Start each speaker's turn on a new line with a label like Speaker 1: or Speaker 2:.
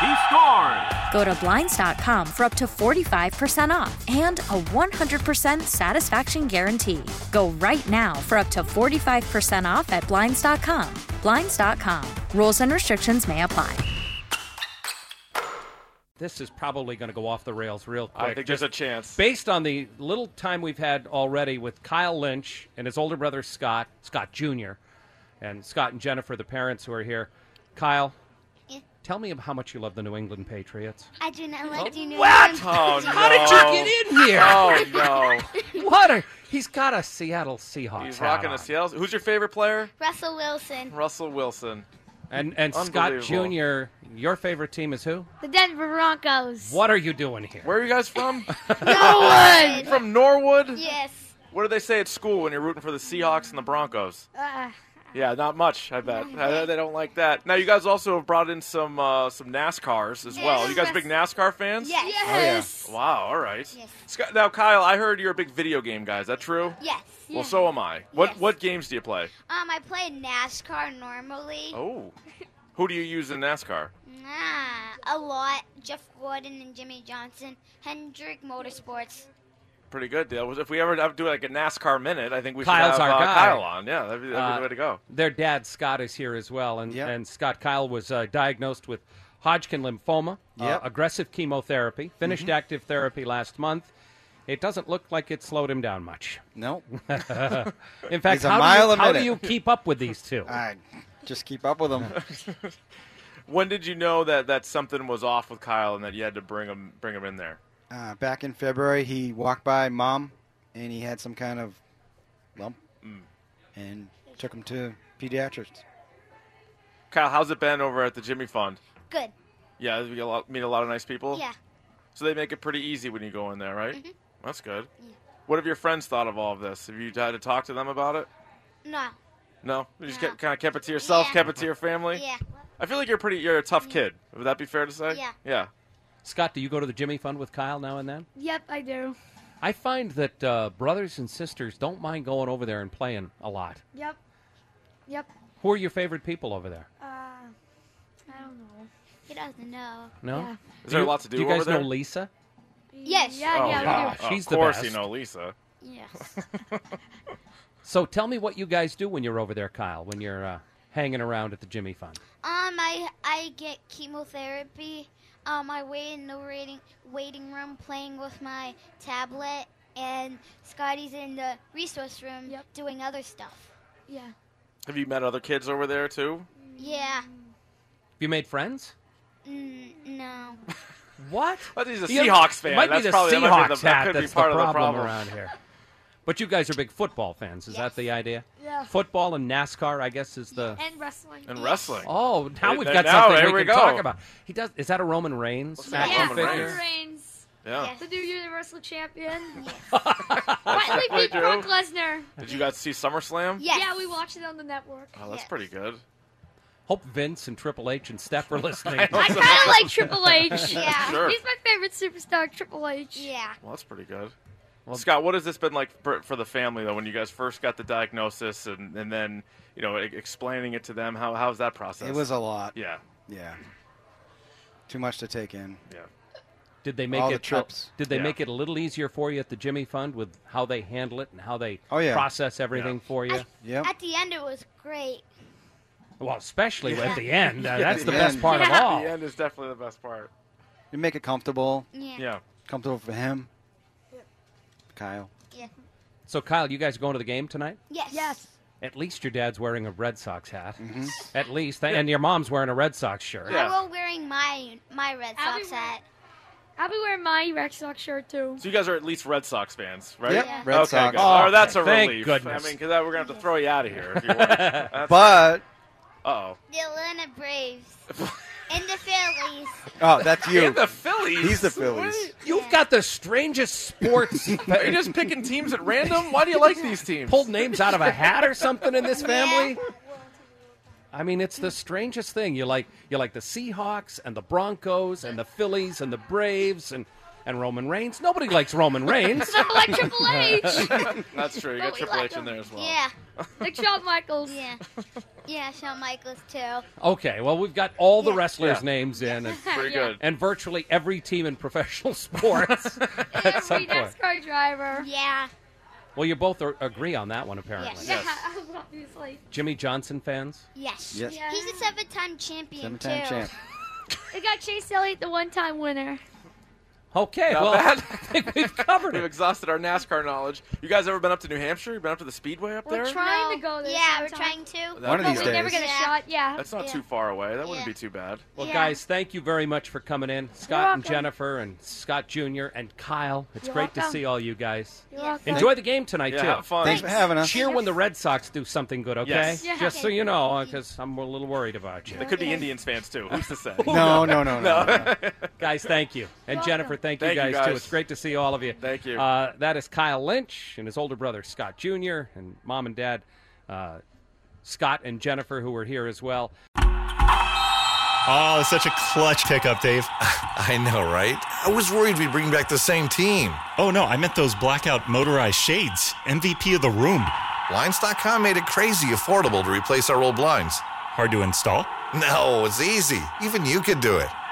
Speaker 1: He scores.
Speaker 2: Go to Blinds.com for up to 45% off and a 100% satisfaction guarantee. Go right now for up to 45% off at Blinds.com. Blinds.com. Rules and restrictions may apply.
Speaker 3: This is probably going to go off the rails real quick.
Speaker 4: I think there's a chance.
Speaker 3: Based on the little time we've had already with Kyle Lynch and his older brother Scott, Scott Jr., and Scott and Jennifer, the parents who are here. Kyle, tell me how much you love the New England Patriots.
Speaker 5: I do not like the New
Speaker 4: What?
Speaker 5: England
Speaker 4: Oh,
Speaker 5: Patriots.
Speaker 4: no.
Speaker 3: How did you get in here?
Speaker 4: Oh no!
Speaker 3: What? Are, he's got a Seattle Seahawks.
Speaker 4: He's
Speaker 3: hat
Speaker 4: rocking
Speaker 3: on.
Speaker 4: a Seattle. Who's your favorite player?
Speaker 5: Russell Wilson.
Speaker 4: Russell Wilson.
Speaker 3: And and Scott
Speaker 4: Unbelievable.
Speaker 3: Jr. Your favorite team is who?
Speaker 5: The Denver Broncos.
Speaker 3: What are you doing here?
Speaker 4: Where are you guys from?
Speaker 5: No one.
Speaker 4: from Norwood.
Speaker 5: Yes.
Speaker 4: What do they say at school when you're rooting for the Seahawks and the Broncos?
Speaker 5: Uh,
Speaker 4: Yeah, not much. I bet. I bet they don't like that. Now you guys also have brought in some uh, some NASCARs as well. You guys big NASCAR fans?
Speaker 5: yes.
Speaker 3: Yes.
Speaker 4: Wow. All right.
Speaker 5: Yes.
Speaker 4: Sc- Now, Kyle, I heard you're a big video game guy. Is that true?
Speaker 5: Yes.
Speaker 4: Well, so am I. What
Speaker 5: Yes.
Speaker 4: what games do you play?
Speaker 5: Um, I play NASCAR normally.
Speaker 4: Oh, who do you use in NASCAR?
Speaker 5: Nah, Ah, a lot. Jeff Gordon and Jimmy Johnson. Hendrick Motorsports.
Speaker 4: Pretty good, Dale. If we ever have to do like a NASCAR minute, I think we
Speaker 3: Kyle's
Speaker 4: should have
Speaker 3: our
Speaker 4: uh,
Speaker 3: guy.
Speaker 4: Kyle on. Yeah, that'd be, that'd be
Speaker 3: Uh,
Speaker 4: the way to go.
Speaker 3: Their dad Scott is here as well, and
Speaker 6: Yep.
Speaker 3: and Scott Kyle was uh, diagnosed with Hodgkin lymphoma,
Speaker 6: Yep. Mm-hmm.
Speaker 3: uh, aggressive chemotherapy, finished active therapy last month. It doesn't look like it slowed him down much.
Speaker 6: No,
Speaker 3: In fact,
Speaker 6: He's a
Speaker 3: how,
Speaker 6: mile
Speaker 3: do
Speaker 6: a
Speaker 3: you, how do
Speaker 6: minute.
Speaker 3: you keep up with these two?
Speaker 6: I just keep up with them.
Speaker 4: When did you know that, that something was off with Kyle and that you had to bring him bring him in there?
Speaker 6: Uh, back in February, he walked by mom, and he had some kind of lump, and took him to pediatrics.
Speaker 4: Kyle, how's it been over at the Jimmy Fund?
Speaker 5: Good.
Speaker 4: Yeah, you get a lot, meet a lot of nice people.
Speaker 5: Yeah. Mm-hmm.
Speaker 4: So they make it pretty easy when you go in there, right? That's good. What have your friends thought of all of this? Have you had to talk to them about it?
Speaker 5: No.
Speaker 4: No, you just
Speaker 5: No.
Speaker 4: kept, kind of kept it to yourself,
Speaker 5: Yeah.
Speaker 4: kept it to your family.
Speaker 5: Yeah.
Speaker 4: I feel like you're pretty. You're a tough kid. Would that be fair to say?
Speaker 5: Yeah.
Speaker 4: Yeah.
Speaker 3: Scott, do you go to the Jimmy Fund with Kyle now and then?
Speaker 7: Yep, I do.
Speaker 3: I find that uh, brothers and sisters don't mind going over there and playing a lot.
Speaker 7: Yep. Yep.
Speaker 3: Who are your favorite people over there?
Speaker 7: Uh, I don't know.
Speaker 5: He doesn't know.
Speaker 3: No.
Speaker 7: Yeah.
Speaker 4: Is there
Speaker 3: you,
Speaker 4: a lot to do
Speaker 3: Do you guys
Speaker 4: over
Speaker 3: know
Speaker 4: there?
Speaker 3: Lisa?
Speaker 5: Yes.
Speaker 7: Yeah,
Speaker 4: Oh,
Speaker 7: yeah,
Speaker 4: yeah.
Speaker 7: we do.
Speaker 3: do. She's
Speaker 4: of
Speaker 3: the
Speaker 4: course,
Speaker 3: best.
Speaker 4: you know Lisa.
Speaker 5: Yes.
Speaker 3: So tell me what you guys do when you're over there, Kyle, when you're uh, hanging around at the Jimmy Fund.
Speaker 5: Um, I I get chemotherapy. Um, I wait in the waiting waiting room playing with my tablet, and Scotty's in the resource room
Speaker 7: Yep.
Speaker 5: doing other stuff.
Speaker 7: Yeah.
Speaker 4: Have you met other kids over there too?
Speaker 7: Mm-hmm.
Speaker 5: Yeah.
Speaker 3: You made friends?
Speaker 5: Mm, no.
Speaker 3: What?
Speaker 4: But he's a
Speaker 3: You-
Speaker 4: Seahawks fan.
Speaker 3: Might
Speaker 4: That's
Speaker 3: be the
Speaker 4: probably- that might
Speaker 3: Seahawks
Speaker 4: be the- that
Speaker 3: hat
Speaker 4: could be
Speaker 3: that's
Speaker 4: part
Speaker 3: the
Speaker 4: of the
Speaker 3: problem,
Speaker 4: problem.
Speaker 3: around here. But you guys are big football fans. Is that
Speaker 5: Yes.
Speaker 3: the idea?
Speaker 7: Yeah.
Speaker 3: Football and NASCAR, I guess, is the.
Speaker 7: And wrestling.
Speaker 4: And wrestling.
Speaker 3: Oh, now
Speaker 4: Hey,
Speaker 3: we've
Speaker 4: there-
Speaker 3: got
Speaker 4: now,
Speaker 3: something
Speaker 4: there
Speaker 3: we,
Speaker 4: we
Speaker 3: can talk
Speaker 4: go.
Speaker 3: about. He does. Is that a Roman Reigns
Speaker 4: that
Speaker 3: action
Speaker 4: Roman
Speaker 3: figure?
Speaker 4: Reigns?
Speaker 7: Reigns,
Speaker 4: Yeah.
Speaker 5: Yes.
Speaker 7: the new Universal Champion.
Speaker 4: That's
Speaker 7: Finally
Speaker 4: definitely
Speaker 7: beat Brock
Speaker 4: true.
Speaker 7: Lesnar.
Speaker 4: Did you guys see SummerSlam?
Speaker 5: Yes.
Speaker 7: Yeah, we watched it on the network.
Speaker 4: Oh, that's
Speaker 5: Yes.
Speaker 4: pretty good.
Speaker 3: Hope Vince and Triple H and Steph are listening.
Speaker 7: I kind of like Triple H.
Speaker 5: Yeah.
Speaker 4: Sure.
Speaker 7: He's my favorite superstar, Triple H.
Speaker 5: Yeah.
Speaker 4: Well, that's pretty good. Scott, what has this been like for, for the family though? When you guys first got the diagnosis, and, and then you know e- explaining it to them, how how's that process?
Speaker 6: It was a lot.
Speaker 4: yeah,
Speaker 6: Yeah. Too much to take in.
Speaker 4: yeah.
Speaker 3: Did they make
Speaker 6: All
Speaker 3: it
Speaker 6: the trips.
Speaker 3: did they
Speaker 4: Yeah.
Speaker 3: make it a little easier for you at the Jimmy Fund with how they handle it and how they
Speaker 6: Oh, yeah.
Speaker 3: process everything for you?
Speaker 5: At,
Speaker 6: Yep.
Speaker 5: at the end, it was great.
Speaker 3: well, especially at the end. Uh, that's
Speaker 6: At
Speaker 3: the
Speaker 6: the
Speaker 3: best
Speaker 6: end.
Speaker 3: part
Speaker 7: Yeah.
Speaker 3: of all.
Speaker 4: The end is definitely the best part.
Speaker 6: You make it comfortable.
Speaker 5: Yeah.
Speaker 4: Yeah.
Speaker 6: Comfortable for him. Kyle.
Speaker 5: Yeah.
Speaker 3: So, Kyle, you guys going to the game tonight?
Speaker 5: Yes.
Speaker 7: Yes.
Speaker 3: At least your dad's wearing a Red Sox hat.
Speaker 4: Mm-hmm.
Speaker 3: At least, and your mom's wearing a Red Sox shirt.
Speaker 4: Yeah.
Speaker 5: I will wearing my my Red
Speaker 7: I'll be
Speaker 5: Sox
Speaker 7: wearing-
Speaker 5: hat.
Speaker 7: I'll be wearing my Red Sox shirt too.
Speaker 4: So you guys are at least Red Sox fans, right?
Speaker 6: Yep,
Speaker 5: Yeah.
Speaker 6: Red
Speaker 4: okay,
Speaker 6: Sox.
Speaker 4: good. Oh, that's a
Speaker 3: thank
Speaker 4: relief.
Speaker 3: goodness.
Speaker 4: I mean, because we're gonna have to throw you out of here. If you want.
Speaker 6: But
Speaker 4: oh,
Speaker 5: The Atlanta Braves. and the Phillies.
Speaker 6: oh, that's you.
Speaker 4: and the Phillies.
Speaker 6: He's the
Speaker 4: What are you-
Speaker 6: Phillies.
Speaker 3: You've got the strangest sports.
Speaker 4: Are you just picking teams at random? Why do you like these teams?
Speaker 3: pulled names out of a hat or something in this family. I mean, it's the strangest thing. You like you like the Seahawks and the Broncos and the Phillies and the Braves and and Roman Reigns. Nobody likes Roman Reigns.
Speaker 7: I like Triple H,
Speaker 4: That's true. You
Speaker 7: But
Speaker 4: got
Speaker 7: we
Speaker 4: Triple
Speaker 7: like
Speaker 4: H in
Speaker 7: them.
Speaker 4: there as well.
Speaker 5: Yeah.
Speaker 7: like Shawn Michaels.
Speaker 5: Yeah. Yeah, Shawn Michaels too.
Speaker 3: Okay, well we've got all the
Speaker 5: Yeah.
Speaker 3: wrestlers'
Speaker 4: Yeah.
Speaker 3: names in and,
Speaker 4: Pretty
Speaker 7: Yeah.
Speaker 4: good.
Speaker 3: and virtually every team in professional sports. some
Speaker 7: Every
Speaker 3: point.
Speaker 7: NASCAR driver.
Speaker 5: Yeah.
Speaker 3: well, you both are, agree on that one apparently.
Speaker 5: Yes.
Speaker 7: Yeah, obviously.
Speaker 3: Jimmy Johnson fans.
Speaker 5: Yes.
Speaker 6: Yes.
Speaker 7: Yeah.
Speaker 5: He's a seven time champion
Speaker 6: Seven-time
Speaker 5: too.
Speaker 6: champ.
Speaker 7: They got Chase Elliott, the one-time winner.
Speaker 3: Okay,
Speaker 4: Not
Speaker 3: well
Speaker 4: bad.
Speaker 3: I think we've covered
Speaker 4: We've
Speaker 3: it.
Speaker 4: exhausted our NASCAR knowledge. You guys ever been up to New Hampshire? You been up to the Speedway up
Speaker 7: We're
Speaker 4: there?
Speaker 7: trying to
Speaker 5: No.
Speaker 7: go there.
Speaker 5: Yeah, we're trying
Speaker 7: sometime.
Speaker 5: to.
Speaker 6: One of
Speaker 7: But
Speaker 6: these
Speaker 7: we never
Speaker 6: days.
Speaker 7: get a
Speaker 5: Yeah.
Speaker 7: shot. Yeah.
Speaker 4: That's not
Speaker 5: Yeah.
Speaker 4: too far away. That wouldn't
Speaker 5: Yeah.
Speaker 4: be too bad.
Speaker 3: Well,
Speaker 7: Yeah.
Speaker 3: guys, thank you very much for coming in, Scott and
Speaker 7: welcome.
Speaker 3: Jennifer and Scott Jr. and Kyle. It's
Speaker 7: You're
Speaker 3: great to
Speaker 7: welcome.
Speaker 3: see all you guys.
Speaker 7: You're
Speaker 5: Yeah.
Speaker 7: welcome.
Speaker 3: Enjoy the game tonight
Speaker 4: Yeah,
Speaker 3: too.
Speaker 4: have fun.
Speaker 6: Thanks for having us.
Speaker 3: Cheer when the Red Sox do something good, okay?
Speaker 4: Yes.
Speaker 7: Yeah.
Speaker 3: Just so you know, because I'm a little worried about you.
Speaker 4: They could be Indians fans too. Who's to say?
Speaker 6: No, no, no, no. no.
Speaker 3: guys, thank you. And
Speaker 7: You're
Speaker 3: Jennifer,
Speaker 7: welcome.
Speaker 3: thank you,
Speaker 4: Thank you,
Speaker 3: guys, too.
Speaker 4: guys.
Speaker 3: It's great to see all of you.
Speaker 4: Thank you.
Speaker 3: Uh, that is Kyle Lynch and his older brother, Scott Jr., and mom and dad, uh, Scott and Jennifer, who were here as well.
Speaker 8: Oh, such a clutch pickup, Dave.
Speaker 9: I know, right? I was worried we'd bring back the same team.
Speaker 8: Oh, no, I meant those blackout motorized shades. MVP of the room.
Speaker 9: Blinds.com made it crazy affordable to replace our old blinds.
Speaker 8: Hard to install?
Speaker 9: No, it's easy. Even you could do it.